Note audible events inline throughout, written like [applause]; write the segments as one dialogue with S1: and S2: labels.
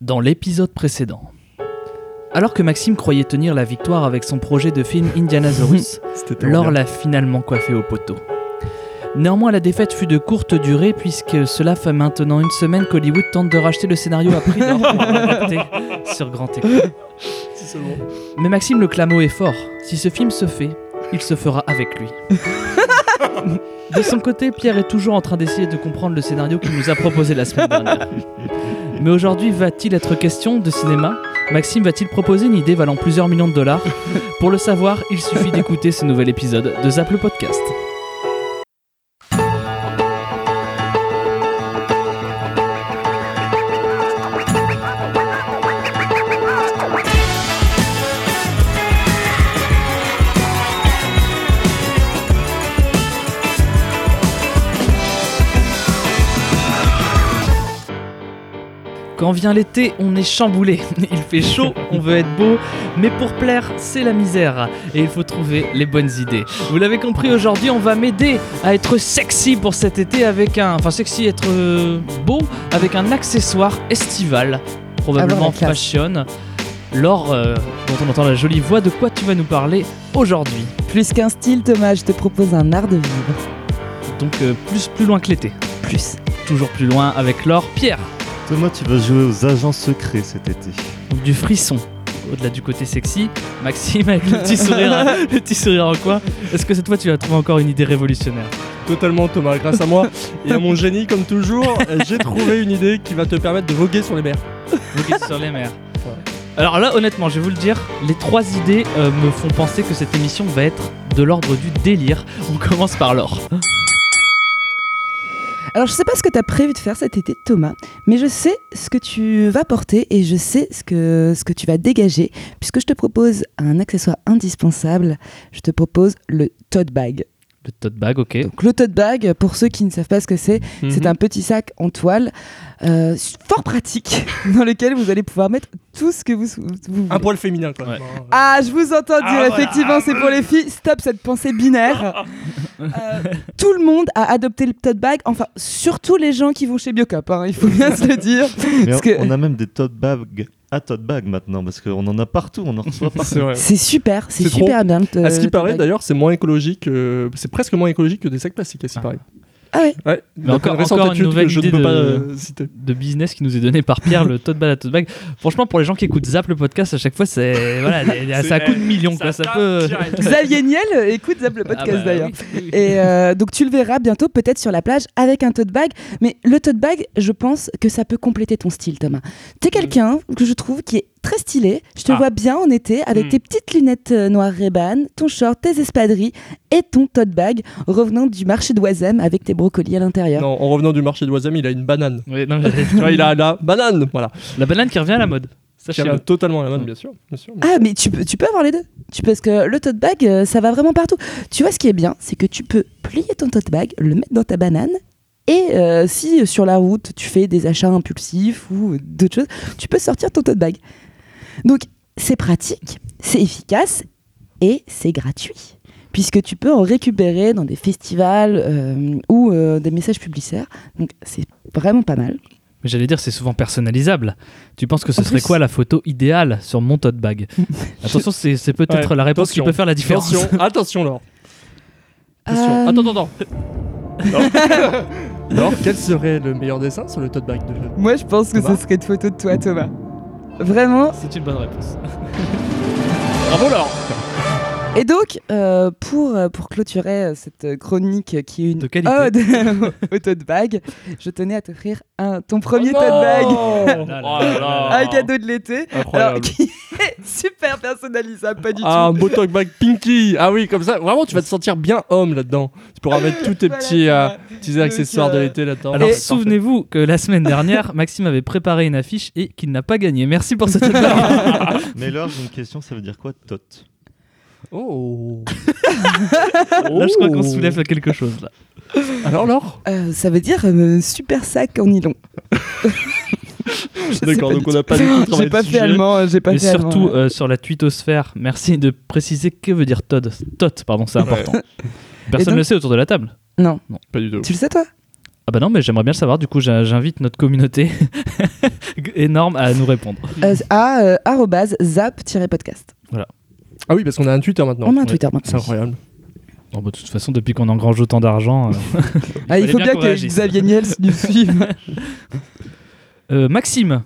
S1: Dans l'épisode précédent. Alors que Maxime croyait tenir la victoire avec son projet de film Indianasaurus,
S2: C'était
S1: Laure l'a finalement coiffé au poteau. Néanmoins, la défaite fut de courte durée puisque cela fait maintenant une semaine qu'Hollywood tente de racheter le scénario à prix d'or pour l'adapter sur grand écran. Mais Maxime le clamo est fort. Si ce film se fait, il se fera avec lui. De son côté, Pierre est toujours en train d'essayer de comprendre le scénario qu'il nous a proposé la semaine dernière. Mais aujourd'hui, va-t-il être question de cinéma Maxime va-t-il proposer une idée valant plusieurs millions de dollars Pour le savoir, il suffit d'écouter ce nouvel épisode de Zap le Podcast. Quand vient l'été, on est chamboulé. [laughs] Il fait chaud, on veut être beau, mais pour plaire, c'est la misère. Et il faut trouver les bonnes idées. Vous l'avez compris, aujourd'hui, on va m'aider à être sexy pour cet été avec un. Enfin, sexy, être euh, beau avec un accessoire estival. Probablement
S3: Avoir la classe.
S1: fashion. Laure, euh, dont on entend la jolie voix, de quoi tu vas nous parler aujourd'hui
S3: Plus qu'un style, Thomas, je te propose un art de vivre.
S1: Donc, euh, plus, plus loin que l'été.
S3: Plus.
S1: Toujours plus loin avec Laure. Pierre,
S2: Thomas, tu vas jouer aux agents secrets cet été.
S1: donc du frisson. Au-delà du côté sexy, Maxime avec le petit
S4: [laughs]
S1: sourire, le petit sourire en coin. Est-ce que cette fois tu vas trouver encore une idée révolutionnaire
S4: Totalement Thomas, grâce à moi et à mon génie comme
S1: [laughs]
S4: toujours, euh, j'ai trouvé une idée qui va te permettre de voguer sur les mers.
S1: Voguer sur les mers. Alors là, honnêtement, je vais vous le dire, les trois idées euh, me font penser que cette émission va être de l'ordre du délire. On commence par l'or.
S3: Alors, je sais pas ce que tu as prévu de faire cet été, Thomas, mais je sais ce que tu vas porter et je sais ce que, ce que tu vas dégager, puisque je te propose un accessoire indispensable. Je te propose le tote bag.
S1: Le tote bag, ok.
S3: Donc, le tote bag, pour ceux qui ne savent pas ce que c'est, c'est un petit sac en toile, euh, fort pratique, [laughs] dans lequel vous allez pouvoir mettre tout ce que vous, vous voulez.
S4: Un poil féminin quoi.
S1: Ouais.
S3: Ah, je vous entends dire,
S4: Ah, voilà.
S3: effectivement, c'est pour les filles. Stop cette pensée binaire. Euh, tout le monde a adopté le tote bag, enfin, surtout les gens qui vont chez Biocop, hein, il faut bien se le dire.
S2: Mais
S3: [laughs] Parce
S2: on,
S3: que-
S2: on a même des tote bags à tote bag maintenant, parce qu'on en a partout, on en
S3: [laughs]
S2: reçoit partout.
S4: C'est vrai.
S3: C'est super, c'est
S4: C'est
S3: super bien. le to-
S4: À ce qui
S3: tote
S4: paraît
S3: bag.
S4: d'ailleurs, c'est moins écologique, euh, c'est presque moins écologique que des sacs plastiques à ce qui
S1: Ah.
S4: paraît.
S3: Ah ouais.
S4: Ouais, d'après
S1: encore-
S4: une récente
S1: encore une
S4: étude que
S1: nouvelle
S4: je ne
S1: idée
S4: peux
S1: de-
S4: pas euh, citer.
S1: De business qui nous est donné par Pierre, le tote bag à tote bag. Franchement, pour les gens qui écoutent Zap le podcast, à chaque fois, c'est [laughs] voilà, des- des- ça
S4: C'est-
S1: coûte millions, quoi. Ça peut.
S3: Xavier Niel euh, écoute Zap le podcast
S1: Ah bah,
S3: d'ailleurs.
S1: oui, oui.
S3: [laughs] Et euh, donc tu le verras bientôt peut-être sur la plage avec un tote bag. Mais le tote bag, je pense que ça peut compléter ton style, Thomas. T'es quelqu'un que je trouve qui est très stylé. Je te
S4: Mm. Ah.
S3: vois bien en été avec
S4: Mm.
S3: tes petites lunettes euh, noires Ray-Ban, ton short, tes espadrilles et ton tote bag revenant du marché d'Oisem avec tes brocolis à l'intérieur.
S4: Non, en revenant du marché d'Oisem, il a une [laughs] banane.
S1: Ouais, non, mais-
S4: tu vois, il a la banane, voilà.
S1: La banane qui revient à la mode.
S4: Qui
S1: Sachez-le.
S4: a totalement la banane, bien sûr. Bien sûr.
S3: Ah mais tu peux, tu peux avoir les deux. Tu parce que le tote bag, euh, ça va vraiment partout. Tu vois ce qui est bien, c'est que tu peux plier ton tote bag, le mettre dans ta banane. Et euh, si euh, sur la route tu fais des achats impulsifs ou euh, d'autres choses, tu peux sortir ton tote bag. Donc c'est pratique, c'est efficace et c'est gratuit. Puisque tu peux en récupérer dans des festivals euh, ou euh, des messages publicitaires. Donc c'est vraiment pas mal.
S1: Mais j'allais dire, c'est souvent personnalisable. Tu penses que ce
S3: En
S1: serait
S3: plus-
S1: quoi la photo idéale sur mon tote
S3: [laughs]
S1: bag Attention, c'est c'est peut-être
S4: Ouais,
S1: la réponse
S4: attention.
S1: qui peut faire la différence. [laughs]
S4: Attention, [laughs] attention Laure. Attention.
S3: Euh,
S4: Attends, attends, attends. Laure, quel serait le meilleur dessin sur le tote bag de
S3: Moi je pense
S4: Thomas Mmh.
S3: serait une photo de toi Thomas. Vraiment,
S1: C'est une bonne réponse.
S4: Bravo Laure
S3: Et donc, euh, pour, euh, pour clôturer euh, cette euh, chronique euh, qui est une
S1: De qualité.
S3: ode [laughs] au tote bag, je tenais à t'offrir un- ton premier
S4: Oh
S3: tote bag,
S4: non Oh là [laughs] là.
S3: un cadeau de l'été,
S4: Incroyable.
S3: alors qui est super personnalisable, pas du
S4: Ah, un
S3: tout.
S4: beau tote bag pinky Ah oui, comme ça, vraiment, tu vas te sentir bien homme là-dedans. Tu pourras mettre tous tes
S3: Voilà,
S4: petits, euh,
S3: Thomas.
S4: petits accessoires
S3: Donc,
S4: de
S3: euh,
S4: l'été là-dedans.
S1: Alors
S4: Et-
S1: souvenez-vous que la semaine dernière, Maxime avait préparé une affiche et qu'il n'a pas gagné. Merci pour ce tote bag.
S2: Mais Laure, j'ai une question, ça veut dire quoi tote
S4: [laughs] Oh
S1: Là, je crois qu'on soulève quelque chose. Là.
S4: Alors Laure
S3: Euh, ça veut dire euh, super sac en nylon. Je sais
S4: D'accord,
S3: pas
S4: donc
S3: du
S4: on n'a pas du
S3: tout.
S4: tout travaillé
S3: J'ai pas
S4: dessus.
S3: fait allemand, euh, j'ai pas
S1: Et
S3: fait allemand,
S1: surtout
S3: ouais.
S1: euh, sur la twittosphère, merci de préciser que veut dire Todd. Tot, pardon, c'est [laughs] important. Personne
S3: donc-
S1: ne le sait autour de la table.
S3: Non,
S4: Pas du tout.
S3: tu le sais toi
S1: Ah bah non, mais j'aimerais bien le savoir. Du coup, j'in- j'invite notre communauté [laughs] énorme à nous répondre.
S4: Hmm.
S3: Euh, à euh, arrobase zap-podcast.
S4: Ah oui, parce qu'on a un Twitter maintenant.
S3: On a un
S1: ouais.
S3: Twitter
S4: C'est
S3: maintenant.
S4: incroyable.
S1: Non, bah, de toute façon, depuis qu'on engrange autant d'argent. euh,
S3: Ah, il
S1: fallait
S3: faut
S1: bien
S3: bien
S1: qu'on
S3: que
S1: réagisse.
S3: Xavier Niels nous [laughs] suive.
S1: [laughs] euh, Maxime,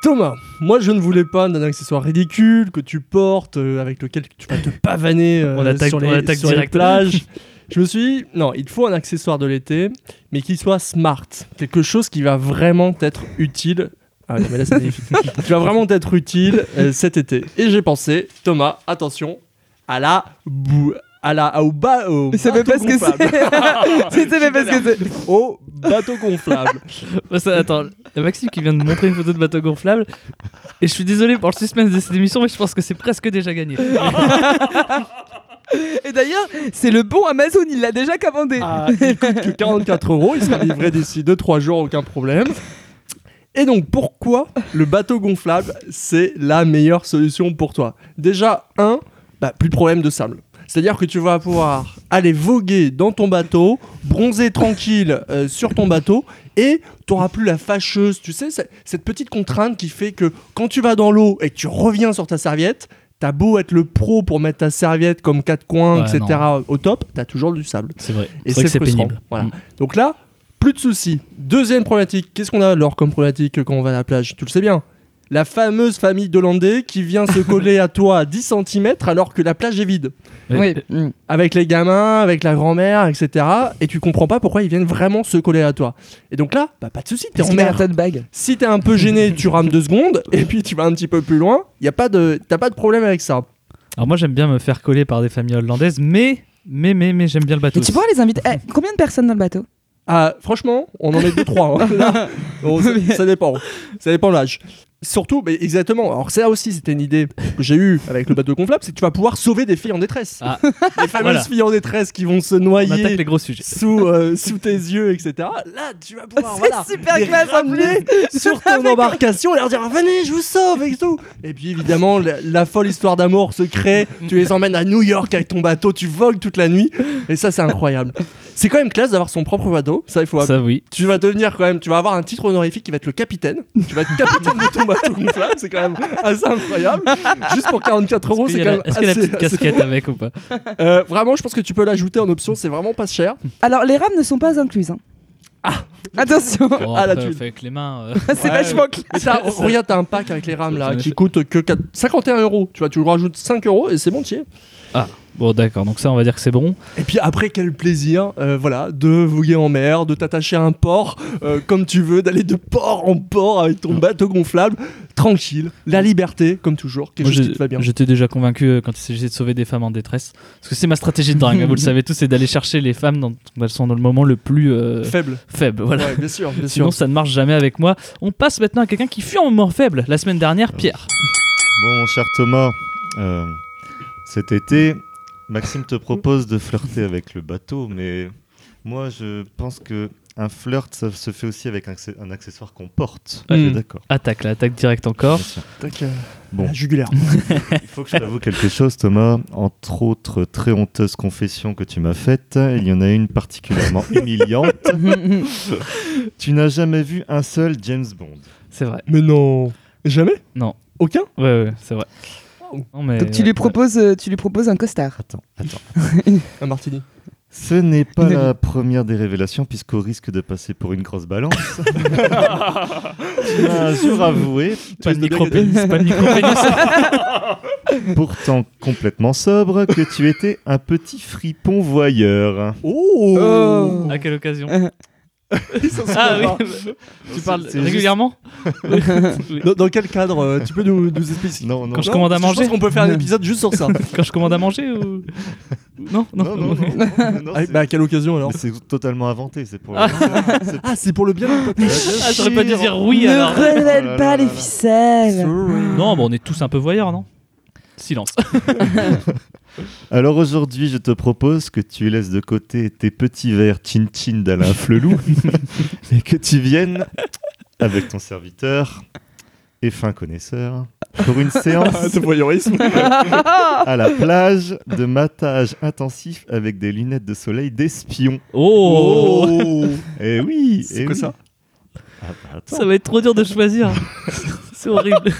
S4: Thomas, moi je ne voulais pas d'un accessoire ridicule que tu portes, euh, avec lequel tu vas te pavaner euh,
S1: [laughs] On attaque-
S4: sur les,
S1: on attaque
S4: sur les
S1: direct. [laughs]
S4: plages. Je me suis dit, non, il faut un accessoire de l'été, mais qui soit smart. Quelque chose qui va vraiment être utile. Ah, non, mais là, c'est magnifique.
S1: [laughs]
S4: qui va vraiment être utile euh, cet été. Et j'ai pensé, Thomas, attention, à la boue. À la, au bas, au
S3: Il savait pas
S4: bateau
S3: ce que
S4: [laughs] gonflable.
S3: [laughs] c'est. Il savait pas ce que c'est.
S4: Au bateau gonflable.
S1: Bah, ça, attends, il y a Maxime qui vient de montrer une photo de bateau gonflable. Et je suis désolé pour le suspense de cette émission, mais je pense que c'est presque déjà gagné.
S3: Et d'ailleurs, c'est le bon Amazon, il l'a déjà commandé. [laughs]
S4: Ah, il coûte que 44 euros, il sera livré d'ici 2-3 jours, aucun problème. Et donc pourquoi le bateau gonflable, c'est la meilleure solution pour toi Déjà, un, bah, plus de problème de sable. C'est-à-dire que tu vas pouvoir aller voguer dans ton bateau, bronzer tranquille euh, sur ton bateau, et t'auras plus la fâcheuse, tu sais, c'est- cette petite contrainte qui fait que quand tu vas dans l'eau et que tu reviens sur ta serviette, t'as beau être le pro pour mettre ta serviette comme quatre coins,
S1: Ouais,
S4: etc., au top, t'as toujours du sable.
S1: C'est vrai.
S4: Et
S1: vrai
S4: c'est
S1: que c'est
S4: frustrant.
S1: pénible.
S4: Voilà.
S1: Mm.
S4: Donc là, plus de soucis. Deuxième problématique, qu'est-ce qu'on a alors comme problématique quand on va à la plage Tu le sais bien. La fameuse famille d'Hollandais qui vient se coller à toi à 10 cm alors que la plage est vide.
S3: Oui.
S1: Euh,
S3: Mm.
S4: Avec les gamins, avec la grand-mère, etc. Et tu comprends pas pourquoi ils viennent vraiment se coller à toi. Et donc là, bah, pas de soucis, t'es
S3: Parce
S4: en
S3: qu'il a un
S4: mer.
S3: tas de bagues.
S4: Si t'es un peu gêné, tu rames deux secondes et puis tu vas un petit peu plus loin. Y a pas de, t'as pas de problème avec ça.
S1: Alors moi j'aime bien me faire coller par des familles hollandaises, mais mais mais mais j'aime bien le bateau.
S3: Et tu pourras les inviter. Eh, combien de personnes dans le bateau
S4: Ah, franchement, on en est deux, trois. hein. Là, on- ça, ça dépend. Ça dépend de l'âge. Surtout, mais exactement. Alors, ça aussi, c'était une idée que j'ai eue avec le bateau gonflable c'est que tu vas pouvoir sauver des filles en détresse.
S1: Ah.
S4: [laughs] Les fameuses
S1: Voilà.
S4: filles en détresse qui vont se
S1: On attaque
S4: noyer
S1: les gros sujets.
S4: sous, euh, sous tes yeux, etc. Là, tu vas pouvoir
S3: [laughs] C'est
S4: voilà,
S3: super
S4: les
S3: classe, en
S4: ramener [laughs] sur ton embarcation et leur dire Venez, je vous sauve et tout. Et puis, évidemment, la, la folle histoire d'amour se crée. Tu les emmènes à New York avec ton bateau, tu vogues toute la nuit. Et ça, c'est incroyable. C'est quand même classe d'avoir son propre bateau. Ça, il faut
S1: Ça oui.
S4: tu vas devenir quand même, tu vas avoir un titre honorifique qui va être le capitaine. Tu vas être capitaine de ton
S1: [laughs]
S4: bateau gonflable, c'est quand même assez incroyable. Juste pour 44 euros,
S1: Est-ce
S4: Oh,
S1: qu'il y
S4: c'est quand
S1: a la-
S4: même
S1: est-ce qu'il y a la
S4: assez-
S1: petite
S4: assez-
S1: casquette avec ou
S4: [laughs]
S1: pas
S4: Euh, Vraiment, je pense que tu peux l'ajouter en option, c'est vraiment pas cher.
S3: Alors, les rames ne sont pas incluses. hein. Attention,
S1: Bon,
S4: Ah, la
S1: après,
S4: tuile.
S1: fait avec les mains. euh,
S3: [laughs] c'est
S4: Ouais.
S3: vachement classe.
S4: Mais t'as- regarde, t'as un pack avec les rames là,
S1: J'en ai
S4: qui
S1: fait.
S4: coûte que 4 51 euros. Tu vois, tu le rajoutes 5 euros et c'est bon, tu y es.
S1: Bon d'accord, donc ça on va dire que c'est bon.
S4: Et puis après, quel plaisir, euh, voilà, de voguer en mer, de t'attacher à un port euh, comme tu veux, d'aller de port en port avec ton bateau gonflable, tranquille, la liberté, comme toujours, quelque
S1: Moi,
S4: chose
S1: j'ai-
S4: qui te va bien.
S1: J'étais déjà convaincu euh, quand il s'agissait de sauver des femmes en détresse, parce que c'est ma stratégie de drague. vous
S4: [laughs]
S1: le savez tous, c'est d'aller chercher les femmes dans elles sont dans le moment le plus euh,
S4: Faible.
S1: faible. Voilà.
S4: Ouais, bien
S1: [laughs]
S4: sûr, bien sûr.
S1: Sinon, ça ne marche jamais avec moi. On passe maintenant à quelqu'un qui fut en moment faible. La semaine
S4: Ah
S1: dernière, Pierre.
S2: Bon, mon cher Thomas, euh, cet été, Maxime te propose de flirter avec le bateau, mais moi, je pense que un flirt, ça se fait aussi avec un, accé- un accessoire qu'on porte.
S3: Mmh.
S4: Ouais.
S2: Tu es
S4: Mm.
S2: D'accord.
S1: Attaque, là, attaque directe encore.
S2: Bien sûr.
S4: Tac, euh,
S2: Bon.
S4: la jugulaire.
S2: Il faut que je t'avoue quelque chose, Thomas. Entre autres très honteuses confessions que tu m'as faites, il y en a une particulièrement humiliante. tu n'as jamais vu un seul James Bond.
S1: C'est vrai.
S4: Mais non. Jamais
S1: Non.
S4: Aucun
S1: Ouais, ouais, c'est vrai.
S4: Oh,
S1: Non, mais,
S3: Donc tu
S1: ouais.
S3: lui proposes, euh, tu lui proposes
S2: [laughs]
S3: un costard.
S2: Attends, attends.
S4: Un martini.
S2: Ce n'est pas
S3: Une-
S2: la première des révélations, puisqu'au risque de passer pour une grosse balance, [laughs] tu m'as un jour avoué,
S1: Pas de
S4: Tu veux bien
S1: micro-pénis, pas de
S4: [laughs]
S1: micro-pénis.
S2: pourtant complètement sobre, que tu étais un petit fripon voyeur.
S4: Oh,
S3: Oh.
S1: à quelle occasion
S4: [laughs] Ils s'en
S1: Ah
S4: souviennent
S1: oui Tu parles
S2: C'est- c'est
S1: régulièrement Oui.
S4: pas. dans, dans quel cadre euh, Tu peux nous, nous expliquer
S2: Non, non,
S1: Quand je commande à
S4: parce que
S1: manger
S4: Je pense qu'on peut faire un épisode juste sur [laughs] ça.
S1: Quand je commande à manger
S2: [laughs]
S1: ou... Non, non.
S2: non, non, non, non, non,
S4: Ah,
S2: c'est-
S4: bah, à quelle occasion alors
S2: mais c'est totalement inventé, c'est pour... c'est-
S4: Ah, c'est pour le bien du peuple.
S1: Ah, j'aurais pas dû dire oui
S3: ne
S1: alors.
S3: révèle
S2: Oh là là
S3: pas les
S2: là là.
S3: ficelles.
S1: Non, bon, on est tous un peu voyeurs, non Silence.
S2: Alors aujourd'hui, je te propose que tu laisses de côté tes petits verres chin-chin d'Alain
S1: [laughs]
S2: Flelou et que tu viennes avec ton serviteur et fin connaisseur pour une
S4: Ah,
S2: séance
S4: de voyeurisme.
S1: Ah,
S2: à la plage de matage intensif avec des lunettes de soleil d'espion.
S1: Oh,
S4: Oh.
S2: Eh oui
S4: C'est
S2: eh
S4: quoi
S2: oui.
S4: ça
S2: Ah bah, attends,
S1: Ça va être trop dur de [laughs] choisir. C'est horrible.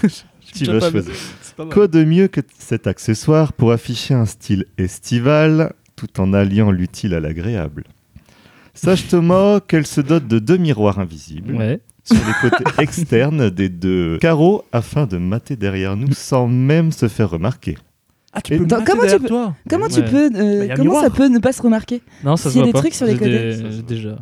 S2: tu
S1: déjà
S2: vas
S1: pas-
S2: choisir.
S4: C'est pas mal.
S2: Quoi de mieux que cet accessoire pour afficher un style estival tout en alliant l'utile à l'agréable Sache Thomas qu'elle se dote de deux miroirs invisibles
S1: Ouais.
S2: sur les côtés externes des deux carreaux afin de mater derrière nous sans même se faire remarquer.
S4: Ah, tu
S2: Et-
S4: peux me
S3: Attends,
S4: mater
S3: comment tu
S4: derrière
S3: peux-
S4: toi
S3: Comment tu
S1: Ouais.
S3: peux, euh,
S4: y a
S3: comment
S4: un
S3: ça
S4: miroir.
S3: peut ne pas se remarquer
S1: Non, ça
S3: S'il
S1: se
S3: y a
S1: voit
S3: des
S1: pas.
S3: trucs sur les
S1: J'ai
S3: côtés.
S1: des- j'ai déjà.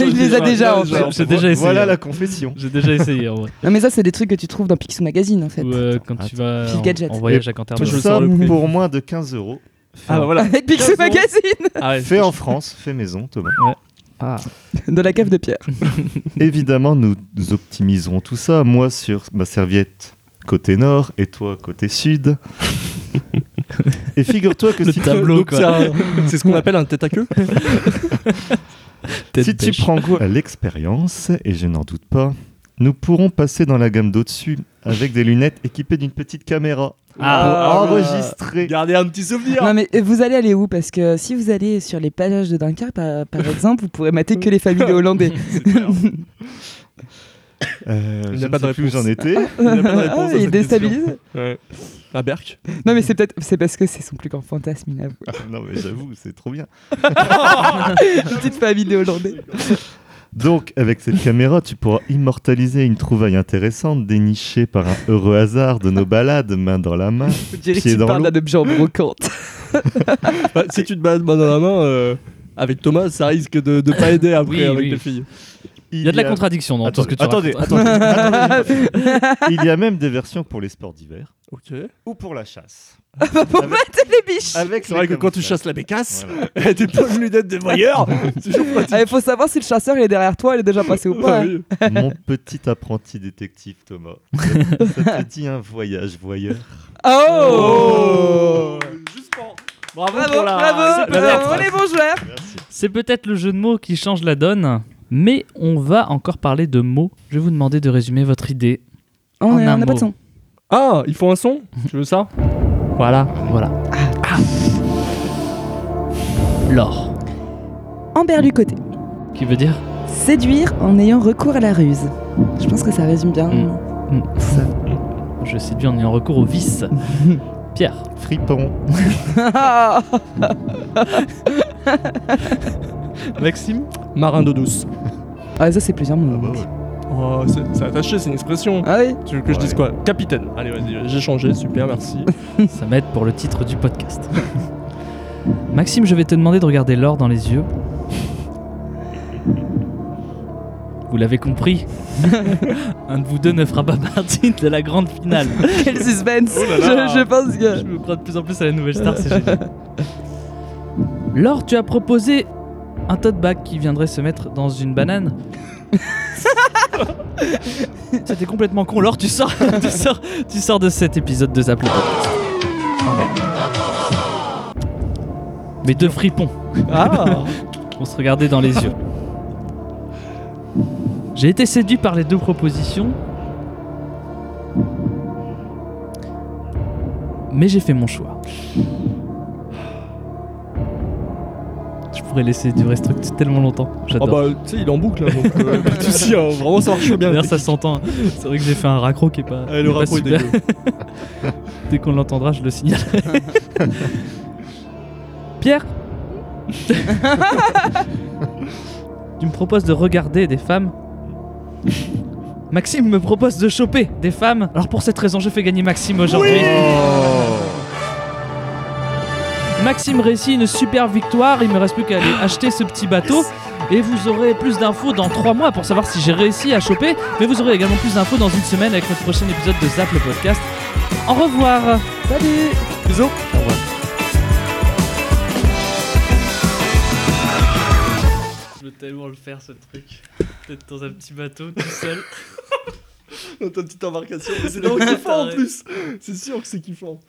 S3: Il les a déjà en fait.
S4: Alors,
S1: J'ai déjà essayé.
S2: Voilà la confession.
S1: J'ai déjà essayé en vrai.
S3: Non mais ça c'est des trucs que tu trouves dans Picsou Magazine en fait.
S1: Ou euh, quand
S2: Attends,
S1: tu vas
S3: Fil gadget.
S1: en, en voyage à Canterbury.
S4: je
S2: Tout
S4: le
S2: ça
S4: sens, le prix.
S2: pour moins de 15 euros. Fait,
S4: Ah
S2: en-
S4: bah [laughs] voilà.
S3: [laughs] Avec Picsou
S4: Quinze euros.
S3: Magazine
S1: Ah ouais.
S2: fait en France, fait maison, Thomas.
S3: Dans la cave de Pierre.
S2: Évidemment, nous optimiserons tout ça. Moi sur ma serviette côté nord et toi
S1: [laughs]
S2: côté sud. et figure-toi que
S1: Le
S2: si,
S1: tableau,
S4: Donc,
S1: quoi.
S4: c'est un- C'est ce qu'on appelle un tête à [laughs] queue. Ah,
S1: Tête
S2: si tu
S1: bêche.
S2: prends goût à l'expérience, et je n'en doute pas, nous pourrons passer dans la gamme d'au-dessus avec des lunettes équipées d'une petite caméra
S4: Ah,
S2: pour enregistrer.
S4: Gardez un petit souvenir.
S3: Non mais euh, vous allez aller où Parce que si vous allez sur les plages de Dunkerque par,
S4: [laughs]
S3: par exemple, vous pourrez mater que les familles de Hollandais.
S2: Euh,
S4: Il n'y
S2: je
S4: a
S2: ne
S4: pas de
S2: sais plus où
S4: réponse.
S2: j'en étais.
S4: [laughs] Il a pas de réponse à
S3: ah,
S4: cette
S3: il
S4: question.
S3: déstabilise.
S4: Ouais. Ah, Un berk.
S3: Non mais c'est peut-être c'est parce que c'est son plus grand fantasme, il avoue.
S4: [laughs]
S2: non mais j'avoue, c'est trop bien.
S3: Une petite famille de Hollandais.
S2: Donc, avec cette caméra, tu pourras immortaliser une trouvaille intéressante dénichée par un heureux hasard de nos balades main dans la main.
S3: Je dirais
S2: Pied
S3: qu'il
S2: dans
S3: parle
S2: l'eau.
S3: d'un objet en
S4: [laughs]
S3: brocante.
S4: Bah, si tu te balades main dans la main euh, avec Thomas, ça risque de ne [laughs] pas aider après
S1: Oui,
S4: avec
S1: oui.
S4: les filles.
S1: Il y a de la contradiction dans tout ce que tu
S2: euh, attendez,
S1: racontes.
S2: attendez,
S1: [laughs]
S2: attendez.
S3: [laughs]
S2: Il y a même des versions pour les sports d'hiver
S4: Ok.
S2: ou pour la chasse.
S3: [laughs] Pour
S2: Avec-
S3: mater les biches
S2: Avec
S4: C'est vrai
S2: les
S4: que quand tu
S2: camouflages.
S4: chasses la bécasse,
S2: Voilà.
S4: [laughs] t'es pas une lunette de [laughs] voyeur. C'est toujours pratique.
S3: Ah, Il faut savoir si le chasseur il est derrière toi, il est déjà passé ou pas.
S4: Ah oui.
S3: [laughs]
S2: Mon petit apprenti détective Thomas, ça ça te dit un voyage voyeur
S3: Ah, Oh,
S4: Juste pour- Bravo,
S3: Bravo,
S4: pour la-
S3: bravo,
S4: c'est pas la-
S3: bravo, on est bons joueurs.
S2: Merci.
S1: C'est peut-être le jeu de mots qui change la donne, mais on va encore parler de mots. Je vais vous demander de résumer votre idée.
S3: On
S1: un
S3: a- on n'a
S1: mot.
S3: pas de son.
S4: Ah, il faut un son Tu veux ça
S1: Voilà, Ah. voilà. L'or,
S3: Emberlucoté.
S1: qui veut dire
S3: Séduire en ayant recours à la ruse. Je pense que ça résume bien.
S1: Mm.
S3: Ça.
S1: Je séduis en ayant recours au vice. Pierre,
S2: Fripon,
S3: [laughs] Ah,
S1: Maxime,
S4: Marin d'eau douce.
S3: Ah, ça c'est plusieurs mots.
S2: bah
S3: donc.
S2: ouais.
S4: Oh, c'est c'est attaché, c'est une expression.
S3: Ah oui.
S4: Tu veux que je dise quoi Capitaine. Allez, vas-y, j'ai changé, super, merci.
S1: ça m'aide pour le titre du podcast. Maxime, je vais te demander de regarder l'or dans les yeux. Vous l'avez compris, un de vous deux ne fera pas partie de la grande finale.
S3: Quel suspense.
S4: Oh là là.
S3: Je, je pense
S1: Je
S3: que.
S1: me crois de plus en plus à la nouvelle star, c'est génial. [laughs] Laure, tu as proposé un tote bag qui viendrait se mettre dans une [laughs] banane. C'était complètement con. Laure, tu sors, [laughs] tu sors, tu sors de cet épisode de Zappli. Mais deux fripons,
S4: Ah
S1: [laughs] on se regardait dans les yeux. J'ai été séduit par les deux propositions. Mais j'ai fait mon choix. Je pourrais laisser durer ce truc tellement longtemps.
S4: Ah
S1: J'adore.
S4: bah, tu sais, il est en boucle, hein, donc [laughs] euh, pas de soucis, hein, vraiment, ça marche bien.
S1: D'ailleurs, ça s'entend. hein. C'est vrai que j'ai fait un raccro qui est pas.
S4: Allez,
S1: qui
S4: le
S1: est pas
S4: rapport est
S1: super.
S4: dégueu.
S1: Dès qu'on l'entendra, je le signale. Pierre Tu me proposes de regarder des femmes Maxime me propose de choper des femmes. Alors pour cette raison, je fais gagner Maxime aujourd'hui.
S4: Oh.
S1: Maxime réussit une super victoire. Il me reste plus qu'à aller acheter ce petit bateau. Et vous aurez plus d'infos dans 3 mois pour savoir si j'ai réussi à choper. Mais vous aurez également plus d'infos dans une semaine avec notre prochain épisode de Zap le podcast. Au revoir
S3: Salut.
S4: Bisous
S1: Je veux tellement le faire ce truc. Peut-être dans un petit bateau tout seul.
S4: Dans ta petite embarcation, [laughs] c'est
S1: Non,
S4: kiffant en
S1: t'arrêtes.
S4: plus C'est sûr que c'est kiffant